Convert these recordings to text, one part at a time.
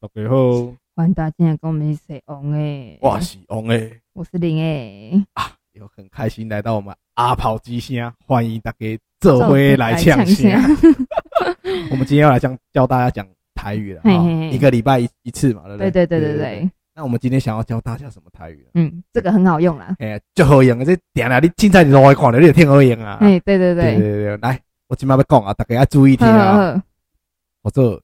大家好，完达竟然跟我们一起红诶！我是王诶，我是林诶，有很开心来到我们阿跑之声，欢迎大家这回来抢这回先来。 我们今天要来讲教大家讲台语了嘿哈嘿嘿，一个礼拜一一次嘛，对不对对？对对对对，那我们今天想要教大家什么台语啊？嗯，这个很好用啦。哎呀，最好用的这点啊，你凊彩你路会看到，你就听好用啊。哎，对对对对对，对，来，我今麦要讲啊，大家要注意听呵呵啊，呵，我做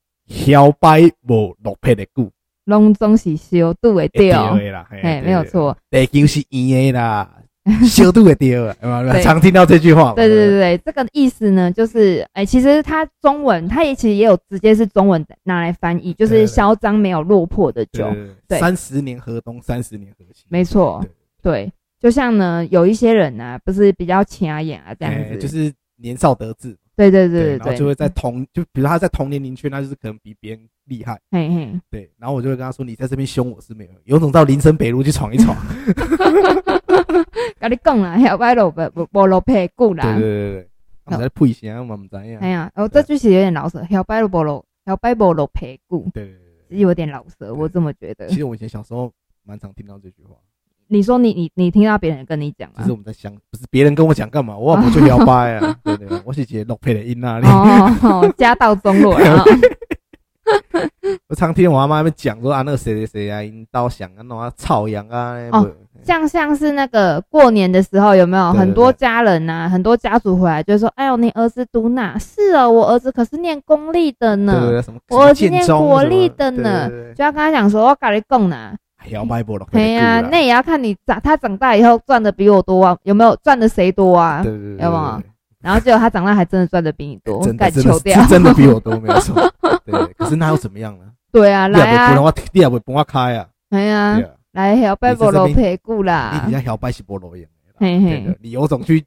摇摆无落魄的故，拢总是小度会对，对哦的啦，哎，没有。错，地球是圆的啦， 小度会掉 的，有没有对常听到这句话嘛。对对不对对，这个意思呢，就是哎，其实它中文，它也其实也有直接是中文拿来翻译，就对对是嚣张没有落魄的酒，对对三十年河东，三十年河西，没错，对。就像呢，有一些人呢、啊，不是比较浅眼啊，这样哎子，就是年少得志，对对对然后对就对，会在同，就比如他在同年龄圈，他就是可能比别人厉害，嘿嘿，对，然后我就会跟他说，你在这边凶我是没有用，有种到林森北路去闯一 闯，跟你讲啦，还有歪路不不不落屁股啦，对对对对，我们在配弦，啊我们怎样哎？呀，哦，这句其实有点老舌，摇摆萝萝，摇摆萝萝陪顾，对对对对，有点老舌，我这么觉得其。实我以前小时候蛮常听到这句话，你说你你你听到别人跟你讲就啊是？我们在想，不是别人跟我讲干嘛，我我就摇摆啊， 对对，对我是姐落配的音那里。哦， 哦家道中 落了啊，我常听我阿妈那边讲说啊，那个谁谁谁啊，引导想啊，弄啊，操羊啊，哦像像是那个过年的时候，有没有对对很多家人呐、很多家族回来就说：“哎呦，你儿子读哪？是哦，我儿子可是念公立的对对呢。对，什么我什么今天建中国什么立的呢对对”对就要跟他讲说：“我跟你讲啦，哎摇摆不落，哎呀，那也要看你长他长大以后赚的比我多啊，有没有赚的谁多啊？对对对，有没有然后结果他长大还真的赚的比你 多，真的敢真的求是掉是？真的比我多，没有错。 对，对可是那又怎么样呢？对啊，你也 来不能啊，我，你也不帮我开啊，哎呀对，啊，来小拜佛罗陪顾你啦底，下摇摆是不落眼的啦，啊嘿对嘿的，，你有种去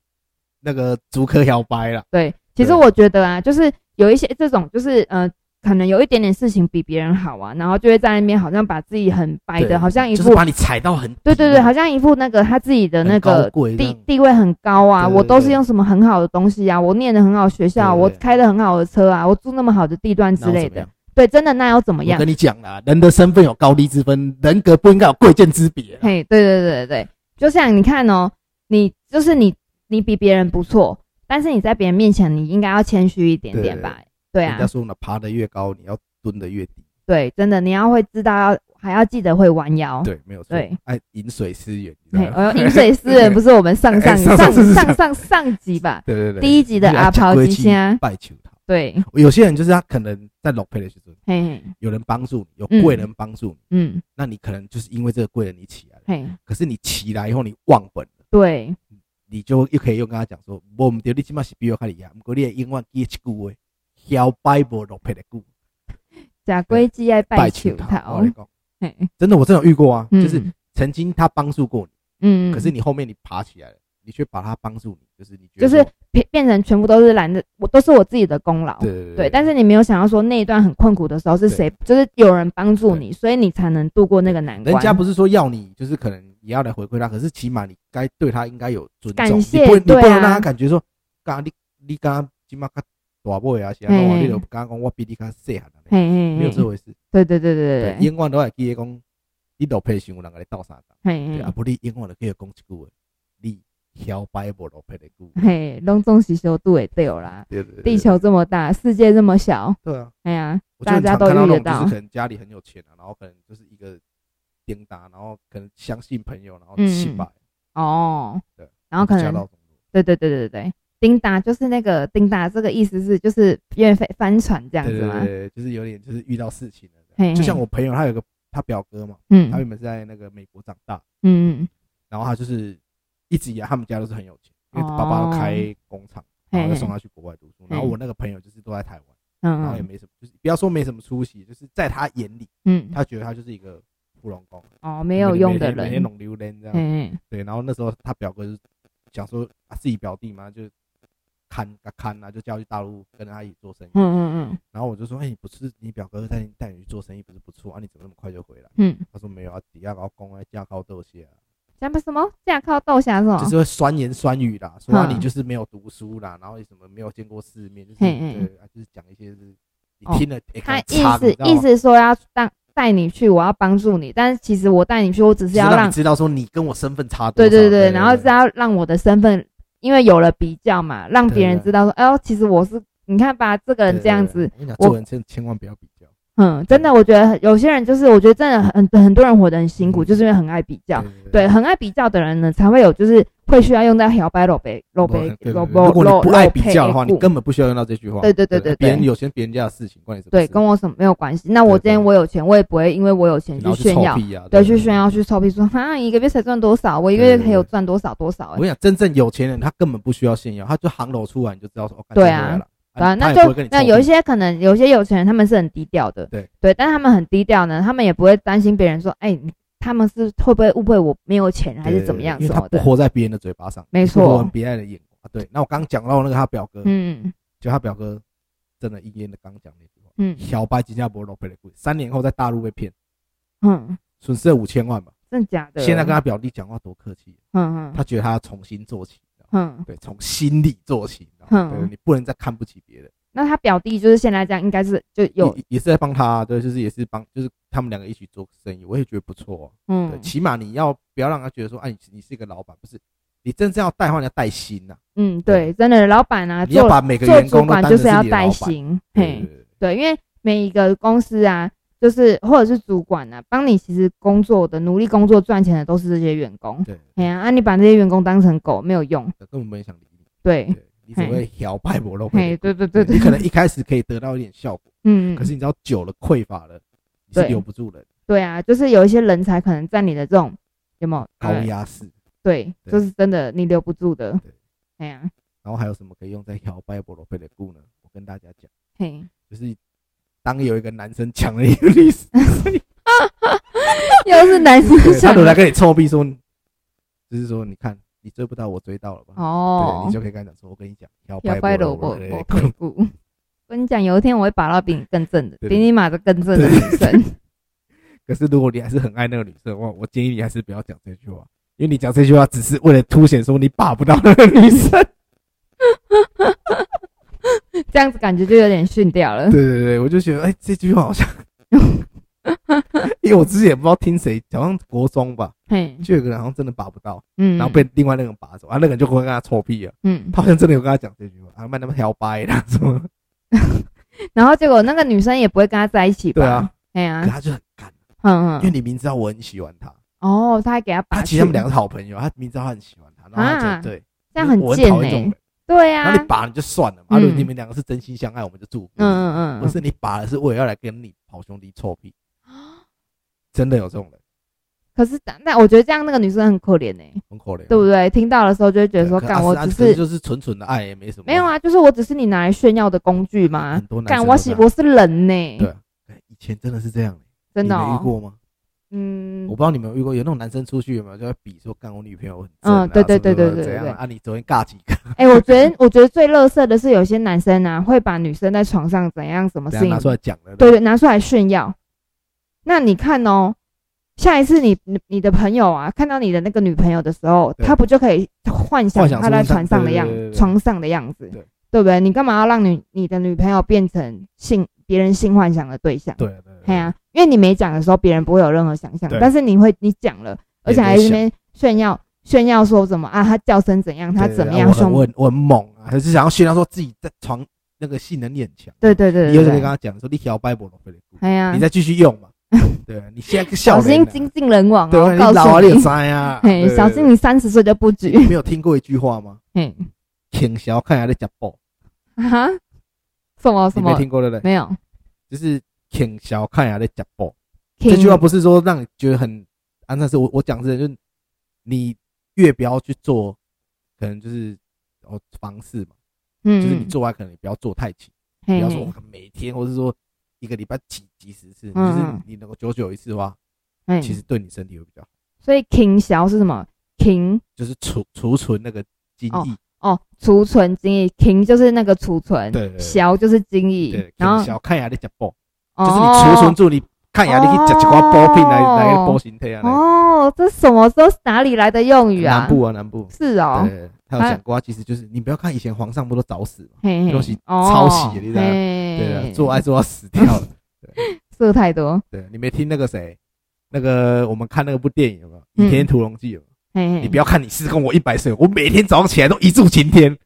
那个竹科摇摆啦，对。其实我觉得啊，就是有一些这种，就是呃，可能有一点点事情比别人好啊，然后就会在那边好像把自己很白对的，哎好像一就是副把你踩到很低对对对，啦好像一副那个他自己的很那高个贵这地样地位很高啊，对对我都对是用什么很好的东西啊，我念的很好的学校啊，对对我对开的很好的车啊，我住那么好的地段那之又类怎么的样，对，真的那又怎么我样？跟你讲啦，人的身份有高低之分，人格不应该有贵贱之别啊。嘿，对对对对对，就像你看哦，你就是你，你比别人不错，但是你在别人面前，你应该要谦虚一点点吧？对人家啊，说呢，爬得越高，你要蹲得越低。对，真的，你要会知道要，还要记得会弯腰。对，没有错。哦对，哎，饮水思源。你嘿知，道吗 哦，饮水思源不是我们上上哎上上上上上上上集吧？对对对，第一集的阿炮龟之声拜求他。对，有些人就是他可能在裸配的时候，嘿嘿，有人帮助你，有嗯贵人帮助你，嗯，那你可能就是因为这个贵人你起来了。嘿，可是你起来以后你忘本了，对，你就又可以又跟他讲说，我们对你起码是比我较厉害，不过你也永远记得一句话，摇摆无裸配的故，假龟鸡爱拜球头。我桃跟，你讲嘿，真的，我真的有遇过啊，嗯就是曾经他帮助过你。嗯，可是你后面你爬起来了，你却把它帮助你，就是你觉就得是说变变成全部都是懒得，我都是我自己的功劳。对对对对，但是你没有想到说那一段很困苦的时候是谁，就是有人帮助你，所以你才能度过那个难关。人家不是说要你，就是可能也要来回馈他，可是起码你该对他应该有尊重，感谢你不你不对能啊让他感觉说，刚你你刚今嘛刚大妹啊，是啊，嘿我你就刚刚讲我比你较细汉啊，嘿嘿嘿，没有这回事，对对对对对对，永远都会记得讲，你落配想有人跟你斗相共，对嘿啊，嘿不你永远都记得讲一句话，你摇摆无落配的句， 嘿，拢总是修度也对啦。对对对，地球这么大，世界这么小，对啊，哎呀，我就大很家常都看到遇那种，就得到是可。能家里很有钱啊，然后可能就是一个叮当，然后可能相信朋友，然后嗯七百，哦对，然后可家能道中落对对对对对对，叮达就是那个叮达，这个意思是就是因为翻帆船这样对子对嘛对，。对就是有点就是遇到事情了这嘿样。嘿就像我朋友，他有个他表哥嘛，嗯他嗯原本是在那个美国长大，嗯，然后他就是一直以来他们家都是很有钱，因为爸哦爸都开工厂，然后嘿就嘿送他去国外读书。然后嘿我那个朋友就是都在台湾，然后也嗯没什么，就是不要说没什么出息，就是在他眼里，嗯嗯他觉得他就是一个普龙工，哦，没有用的每天每天人，拢榴莲这样。嘿嘿对，然后那时候他表哥就想说啊，自己表弟嘛，就看啊看啊，就叫去大陆跟他一起做生意。嗯嗯然后我就说，哎、你不是你表哥带你带你去做生意，不是不错啊？你怎么那么快就回来？嗯嗯，他说没有啊，底下搞公啊，架高斗蟹啊，像什么架靠豆侠是就吗？是会酸言酸语啦，说啊啊嗯你就是没有读书啦，然后你什么没有见过世面，就是嘿嘿对啊，就是讲一些是你哦听了、欸、他很意长思你知道意吗思说要让带你去，我要帮助你，但是其实我带你去，我只是是要让让你知道说你跟我身份差多对少。对对，然后是要让我的身份，因为有了比较嘛，让别人对对知道说，哎呦，其实我是，你看吧，这个人这样，对子，对对对我跟你讲我做人千千万不要比较。嗯，真的，我觉得很有些人就是，我觉得真的很很很多人活得很辛嗯苦，就是因为很爱比较，对，很爱比较的人呢，才会有就是会需要用到摇摆、裸背、裸哦对背、对对裸如果裸你不爱比较的话，你根本不需要用到这句话。对对对对对别人有钱别人家的事情，关你什么对事跟我什么没有关系。那我对对今天我有钱，我也不会因为我有钱然后去炫臭耀，屁啊，对，去炫。耀去臭屁说，哈，啊一个月才赚多少，我一个对月对可以有对赚多少多少哎我，跟你讲，真正有钱人他根本不需要炫耀，他就行楼出来你就知道说，哦，干对这啊回来了对他啊，那也不会就跟你那臭有一屁些可能有一些有钱人他们是很低调的，对对，但他们很低调呢，他们也不会担心别人说，哎、你他们是会不会误会我没有钱还是怎么样因为什他么不的，活在别人的嘴巴上，没不活错在，别人的眼光。啊对，那我刚刚讲到那个他表哥，嗯就他表哥真的应验了刚讲那句话，嗯小白新加坡都赔了贵，三年后在大陆被骗，嗯，损失了五千万吧。真的假的？现在跟他表弟讲话多客气，嗯嗯他觉得他要从新做起，你知道吗嗯，对，从心里做起，你知道吗嗯对你不能再看不起别人。那他表弟就是现在这样，应该是就有也也是在帮他，对，就是也是帮，就是他们两个一起做生意，我也觉得不错、啊。对，嗯起码你要不要让他觉得说，哎、你你是一个老板，不是？你真正要带话，你要带心呐、嗯对，真的老板啊，你要做把每个做员主工都管当就成是要你的带老板。薪，对嘿对，对对，因为每一个公司啊。就是或者是主管啊，帮你其实工作的努力工作赚钱的都是这些员工。对，哎呀，啊，你把这些员工当成狗没有用，对根本没人想理你。对，对，你只会摇摆不露背。嘿，对对对你对，可能一开始可以得到一点效果，嗯，可是你知道久了匮乏了，你是对留不住人，对啊，就是有一些人才可能在你的这种有没有高呃压式。对，对就是真的你留不住的对，哎呀，然后还有什么可以用在摇摆不露背的故呢？我跟大家讲，嘿，就是当有一个男生抢了一个律师， 又是男生对他 想回来跟你臭屁说，就是说你看你追不到我追到了吧？对， 哦你，就可以跟他讲说，我跟你讲，摇要掰萝萝卜卜对 我配股。我跟你讲，有一天我会把到比你更正的，对比你马的更正的女生。 可是如果你还是很爱那个女生的话，我建议你还是不要讲这句话，因为你讲这句话只是为了凸显说你把不到那个女 生。这样子感觉就有点逊掉了。对对对，我就觉得哎、这句话好 像，因为我之前也不知道听谁，好像国中吧，嘿，就有个人好像真的把不到，嗯，然后被另外那个人把走，啊，那个人就会跟他臭屁了，嗯，他好像真的有跟他讲这句话，啊，慢他们摇掰啦什么，然后结果那个女生也不会跟他在一起吧？对啊，哎可呀，他就很干，嗯因为嗯，你明知道我很喜欢他，哦，他还给他把他去，其实他们两个是好朋友，他明知道他很喜欢他，然后他啊就对，这样很我贱讨厌这种呢人。，对然呀后，你把你就算了嘛，啊如果嗯你们两个是真心相爱，我们就祝福，嗯嗯，嗯嗯不嗯是你把了，是为了要来跟你好兄弟臭屁，真的有这种人，可是但，但我觉得这样那个女生很可怜呢、欸很可怜，对不对？听到的时候就会觉得说，啊对可干、啊我是啊只可是就是纯纯的爱，也没什么。没有啊，就是我只是你拿来炫耀的工具嘛很。多男干，生我都这是样我是人呢、对啊，哎以前真的是这样，真的你没遇哦、过吗？嗯我不，知道你们有遇过，有那种男生出去有没有就在比说干我女朋友很嗯正啊对对什么对对什么对怎样对啊啊？你昨天尬几个？哎、我觉得我觉得最乐色的是有些男生啊，会把女生在床上怎样什么等事下情，拿出来讲了。对对，拿出来炫耀。那你看哦，下一次你你你的朋友啊，看到你的那个女朋友的时候，对他不就可以幻想幻想他出在上船上的对样对对对床上的样子对，对不对？你干嘛要让你你的女朋友变成性别人性幻想的对象？对对对哎呀、因为你没讲的时候，别人不会有任何想象对，但是你会你讲了，而且还在那边炫耀炫耀说什么啊，他叫声怎样，他对怎么对样我很凶我，很我很猛啊，还是想要炫耀说自己在床那个性能力很强。对对对你有对时候可以跟对对，他讲说你摇摆不龙飞哎呀你，再继续用嘛。对啊，你现在个笑小脸心啊，精尽人亡对哦，啊，我你老告啊，诉你有你。灾啊。嘿，对哎小心。你三十岁就不举对。 你没有听过一句话吗？嘿，挺小看下在讲爆，啊？什么你什没么？听过对不对？没有。就是挺小看下在讲爆。听这句话不是说让你觉得很安但是我我讲的是就是你越不要去做，可能就是哦方式嘛，嗯，就是你做爱可能你不要做太勤，嘿，不要嘿说我每天或是说一个礼拜几几十次，就嗯是你能够久久一次的话，嘿其实对你身体会比较好，所以停小是什么？停就是储储存那个精液，哦，储存精液，停就是那个储存，对对对小就是精液对，，然后哦小看牙的夹爆，就就是你储存住你看牙你去夹一块包片来来包心态啊，来哦，这什么时候哪里来的用语啊？南部啊南部，是哦，对，他有讲过啊，其实就是你不要看以前皇上不都早死嘛。嘿嘿，东西哦抄袭的你知道吗嘿对啊，做爱做到死掉了。 是这个太多，对你没听那个谁，那个我们看那个部电影有没有？《嗯倚天屠龙记》有没有？嘿嘿，你不要看你是跟我一百岁，我每天早上起来都一柱擎天。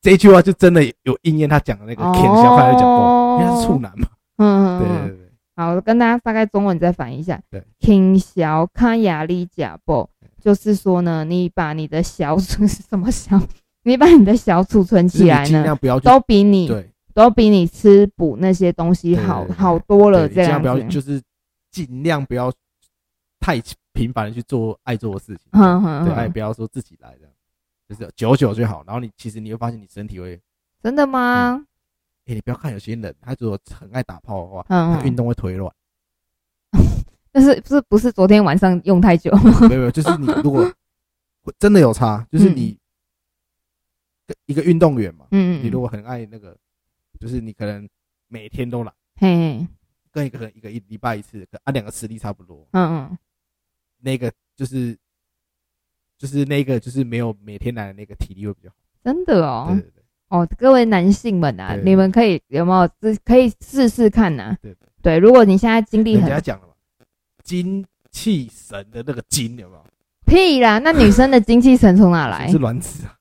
这一句话就真的有应验他讲的那个哦天小看就讲过，因为他是处男嘛。嗯，嗯，对嗯对对对，好，我跟大家大概中文再翻译一下。对，挺小看压力假爆，就是说呢，你把你的小储 是什么小，你把你的小储存就是起来你尽呢，量不要去都比你对，都比你吃补那些东西好对对对好多对了，你这尽量样不要子。就是尽量不要太频繁的去做爱做的事情。哼哼对，哎，哼，不要说自己来这样，就是久久就好。然后你其实你会发现你身体会，真的吗？哎，你不要看有些人，他如果很爱打炮的话，嗯，他运嗯动会腿软。 但是是不是昨天晚上用太久？没有没有，就是你如果会真的有差，就是你一个运动员嘛，嗯， 嗯你如果很爱那个，就是你可能每天都来，嗯嘿，嘿跟一个人一个一礼拜一次，可啊两个实力差不多，嗯嗯，那个就是就是那个就是没有每天来的那个体力会比较真的好。哦对对对，哦，各位男性们啊，对你们可以有没有这可以试试看呐？对对，如果你现在精力人很家讲了嘛，精气神的那个精有没有？屁啦！那女生的精气神从哪是来不是？卵子啊，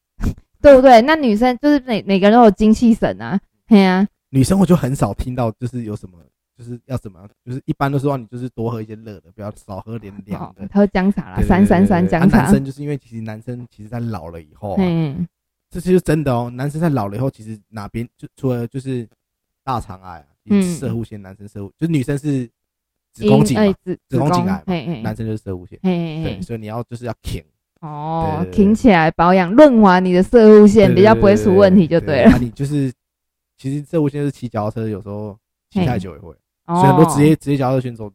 对不对？那女生就是每每个人都有精气神啊，嘿啊，女生我就很少听到，就是有什么。就是要怎么样？就是一般都说你就是多喝一些热的，不要少喝点凉好的。，哦喝姜茶啦，对对三对三对三对姜啊男茶，生就是因为其实男生其实在老了以后、啊，嘿，这就是真的哦。男生在老了以后，其实哪边就除了就是大肠癌、啊，嗯射护腺，男生射护，就是女生是哦子阴宫颈哎嘛，子子宫颈癌嘛嘿嘿，男生就是射护腺。嘿嘿对，嘿，所以你要就是要挺，哦对，对对挺起来保养，润滑你的射物线，对比较不会出问题就对。了。啊你就是其实射护腺是骑脚踏车，有时候骑太久也会，哦，所以很多职业职业脚踏车选手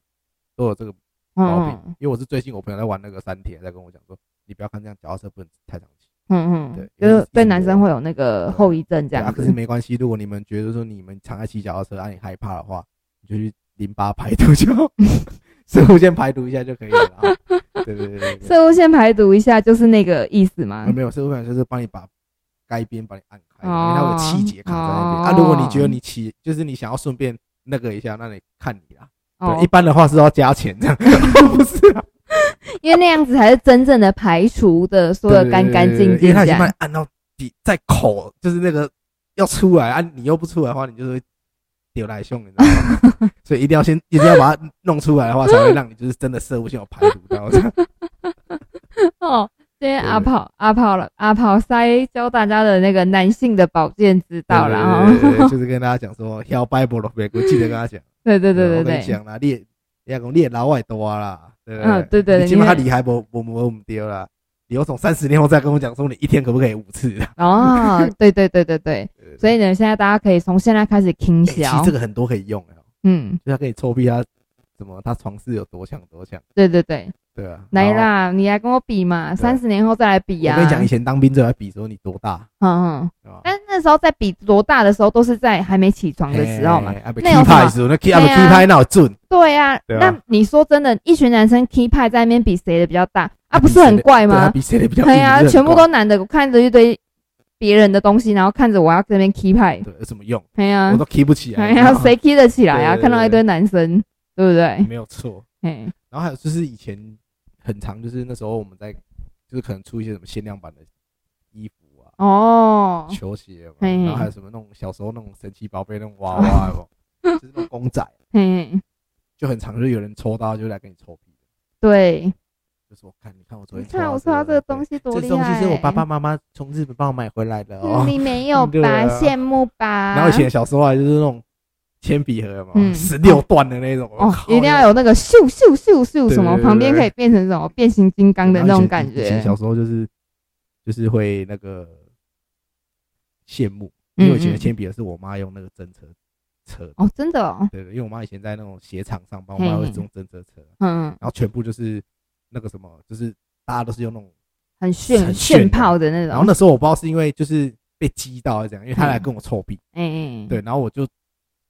都有这个毛病嗯。因为我是最近我朋友在玩那个三铁，在跟我讲说，你不要看这样脚踏车不能太长期。嗯嗯，对就因为是对男生会有那个后遗症这对啊，样可是子。没关系，如果你们觉得说你们常爱骑脚踏车，啊，你害怕的话，你就去淋巴排毒就好， 射物线排毒一下就可以了啊。对对对对对，射物线排毒一下就是那个意思吗啊？没有射物线就是帮你把该边帮你按开，因哦为它有气节卡在那边。哦啊，如果你觉得你骑，就是你想要顺便那个一下，那你看你啦。哦对，一，般的话是要加钱这样， 不是啊？因为那样子才是真正的排除的所有干干净对对对因为净它已这经帮你样。按到底在口，就是那个要出来啊，你又不出来的话，你就是会丢来凶，你知道吗？嗯所以一定要先一定要把它弄出来的话，才会让你就是真的射物线有排毒 到。这样哦，今天对阿炮阿炮了阿炮塞教大家的那个男性的保健之道啦对对对对哦，就是跟大家讲说，要拜博罗贝，我记得跟他讲，哦对 对对对我跟你对，讲啦，你你要讲你也老外多啊啦，对不对？嗯对对对你起码你他看厉害不？我们我们丢啦。你有种三十年后再跟我讲说，你一天可不可以五次啦？哦，对 对对对对对，对对所以呢，现在大家可以从现在开始 听欸其实小这，个很多可以用的哦。嗯，就他可以臭屁他什么，他床事有多强多强，对对对，对啊。来然后啦，你来跟我比嘛，三十年后再来比呀。我跟你讲，以前当兵最爱比说你多大，嗯嗯，对吧？但是那时候在比多大的时候，都是在还没起床的时候嘛。嘿，啊被 key 那有什么派的时候，那 key 啊被对啊 key 派那有准，对呀，对啊那你说真的，一群男生 key 派在那边比谁的比较大啊，不比是谁很的怪对他吗？比谁的比较硬，对哎呀，这很全部怪都男的，我看着一堆别人的东西，然后看着我要这边 key 派，对，有什么用？对呀我，都 key 不起来。哎你知呀道，吗谁 key 得起来啊？对对对嗯看到一堆男生，对不对？没有错？哎，然后还有就是以前很长，就是那时候我们在就是可能出一些什么限量版的衣服啊、哦，球鞋有没有，嘿然后还有什么那种小时候那种神奇宝贝那种娃娃，有 没有就是那种公仔，嘿，就很长，就有人抽到就来跟你抽屁。对，就说我看，你看我昨你天看我抽抽到到这个东西，西对多厉这害东欸！西是我爸爸妈妈从日本帮我买回来的哦 嗯，。 你没有对吧？啊羡慕吧？然后以前小时候还就是那种铅笔盒嘛，嗯十六段的那种，哦我，靠一定要有那个咻咻咻咻对什么，对对旁边对可以变成什么变形金刚的那种感然后以前以前觉。小时候就是就是会那个羡慕，嗯因为我以前的铅笔盒是我妈用那个针车车的，哦，真的哦，对对，因为我妈以前在那种鞋厂上班，我妈嘿会嘿用针车车，嗯，然后全部就是那个什么，就是大家都是用那种很炫很炫炫炮的那然后种。那时候我不知道是因为就是被激到还是怎样，因为他来跟我臭屁，哎哎，对，然后我就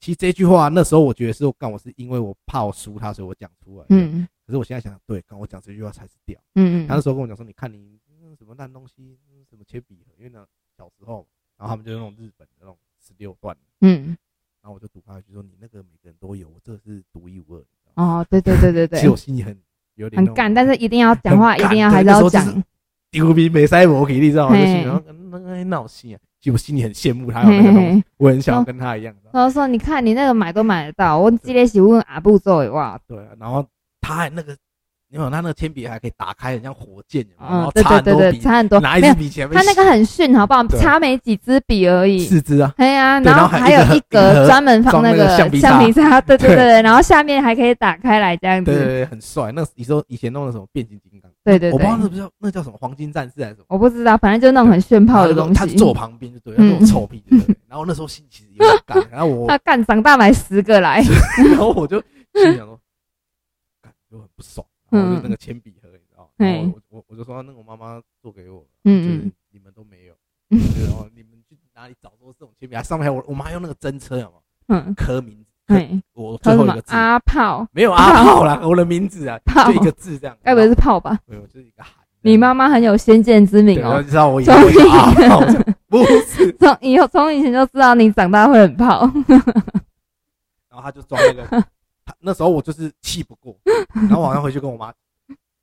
其实这句话那时候我觉得是我干，我是因为我怕我输他，所以我讲出来。，嗯可是我现在想想，对，刚我讲这句话才是屌。嗯他那嗯，时候跟我讲说，你看你、嗯什么烂东西，嗯什么铅笔盒，因为呢小时候，然后他们就用那种日本的那种十六段，嗯，然然后我就赌下去说你那个每个人都有，我这个是独一无二。你知道吗，哦，对对对对其实我对，心里很有点那很种干，但是一定要讲话，很一干定要对还是那时要候就讲是，丢逼没塞我给你知道吗？就嘿是然后嗯那个闹心啊，其实我心里很羡慕他有那嘿个嘿东西，嘿。哦我很想要跟他一样。你知道吗然后说你看你那个买都买得到，我这个是问阿布做的哇，对啊，然后他还那个，你有他那个铅笔还可以打开，很像火箭有没哦有，然嗯后，对插对很对多对，笔，差很多，拿一没支有笔前面他那个很逊，好不好？对差没几支笔 而已。四支啊，对呀，对然然后后还还有有一一个一格盒专门放装那个个橡皮橡擦皮擦，对对对对对，然后下面还可以打开来这样对对子，对，很帅。那你说以前弄的什么变形金刚，对嗯对我不知对道，那不叫那叫什么黄金战士还是什么。我不知道，反正就那种很炫炮的东他西。坐我旁边就对了，他嗯那种臭屁对不对。然后那时候心其实有点 干，然后我他干长大买十个来，然后我就心里想说，感就很不爽，然后我就嗯那个铅笔盒，你知道吗，然后我我我就说啊那个我妈妈做给我的，就嗯是嗯，你们都没有，嗯然后你们去哪里找都是这种铅笔啊？上面还有我我妈用那个针车，有没有嗯，刻名字？刻对，我他最什后一么啊个字阿炮，没有阿炮啦，我的名字啊，炮就一个字这样。哎该不会是炮吧？没有，就是一个喊。你妈妈很有先见之对，明然后哦，就知道我以前会是阿炮，啊 不是。从以后从以前就知道你长大会很炮，然后他就装那个，他那时候我就是气不过，然后晚上回去跟我妈，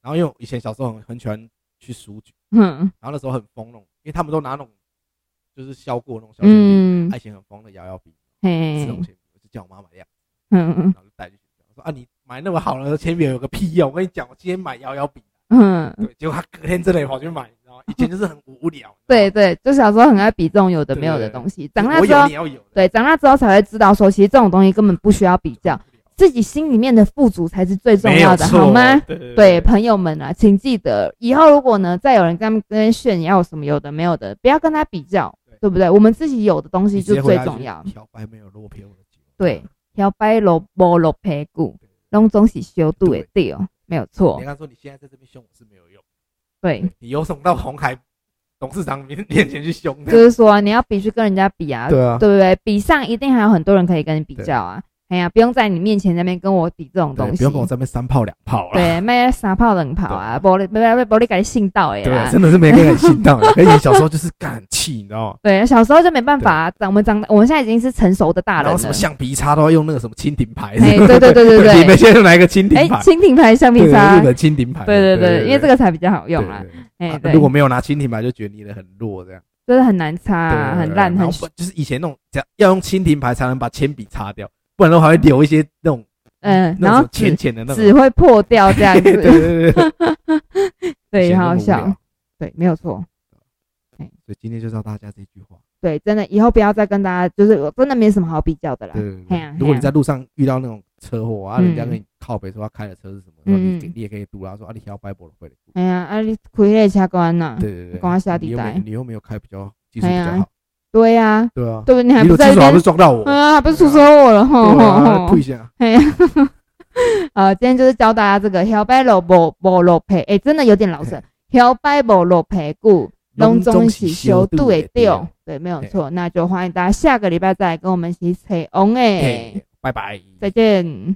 然后因为我以前小时候很很喜欢去书局， 嗯然后那时候很疯那种，因为他们都拿那种就是削过那种小铅笔，嗯，爱情很疯的摇摇笔，嘿这，种铅笔，我就叫我妈买两嗯支，嗯然后就带去学校，说啊你买那么好的铅笔有个屁用，我跟你讲，我今天买摇摇笔，啊嗯，对，结果他隔天真的也跑去买，你知道吗？以前就是很无聊，对对，就小时候很爱比这种有的没有的对对对东西，你知长道吗，大我之有后你。要有的，对，长大之后才会知道说，其实这种东西根本不需要比较，自己心里面的富足才是最重没要有的，错好吗？对对对，朋友们啊，请记得以后如果呢，再有人跟他们跟炫耀什么有的没有的，不要跟他比较对，对不对？我们自己有的东西你直就接回最答重是要。漂白没有落偏我的酒，啊对，摇摆萝卜萝皮骨，拢总是修度的对哦，没有错你。刚说你现在在这边凶我是没有用，对，你有种到红海董事长面 面前去凶他就。是说你要必须跟人家比啊，对啊，对不对？比上一定还有很多人可以跟你比较啊。哎呀，不用在你面前那边跟我比这种东对，西。不用跟我这边三炮两炮了。对，卖三炮冷炮啊，玻璃玻璃玻璃给你信到哎对啊，啦。真的是没给人心到 的。可以前小时候就是干很气，你知道吗？对，小时候就没办法啊，长我们长大，我们现在已经是成熟的然大人后什么了。橡皮擦都要用那个什么蜻蜓牌。哎对对对对对你们现在就拿一个蜻哎蜓牌，，蜻蜓牌橡对皮擦日，本蜻蜓牌。对对对，因为这个才比较好用啦对。对对哎，啊对如，果没有拿蜻蜓牌，就觉得你的很弱这样。就是很难擦对对啊，对很烂，然很后不就是以前那种，只要要用蜻蜓牌才能把铅笔擦掉，不然的话还会留一些那种嗯，那然后种纸浅浅的那种纸会破掉这样对子，对对对， 对，显好得好无聊笑，对，没有错。所以今天就教大家这句话。对，真的，以后不要再跟大家，就是我真的没什么好比较的啦对。对嘿对啊如果你在路上遇到那种车祸啊，嗯人家跟你靠北说他开的车是什么，说你嗯嗯你也可以堵啊，说啊你要掰脖了，会的。哎呀，啊，你开那车关呐？对对对，赶快嗯下地你又没带你又没有开比较技术嘿比啊较好，对呀，对啊，对不对？你还你不有技在术那好不是边，撞到我，对嗯，还不哦是出车祸了？吼吼啊，吼 退！一下，嘿，呃，今天就是教大家这个摇摆萝卜无落皮，哎，真的有点老神。摇摆无落皮骨，拢总是小度的掉，对，没有错。那就欢迎大家下个礼拜再来跟我们一起吹红哎嘿，，拜拜，再见。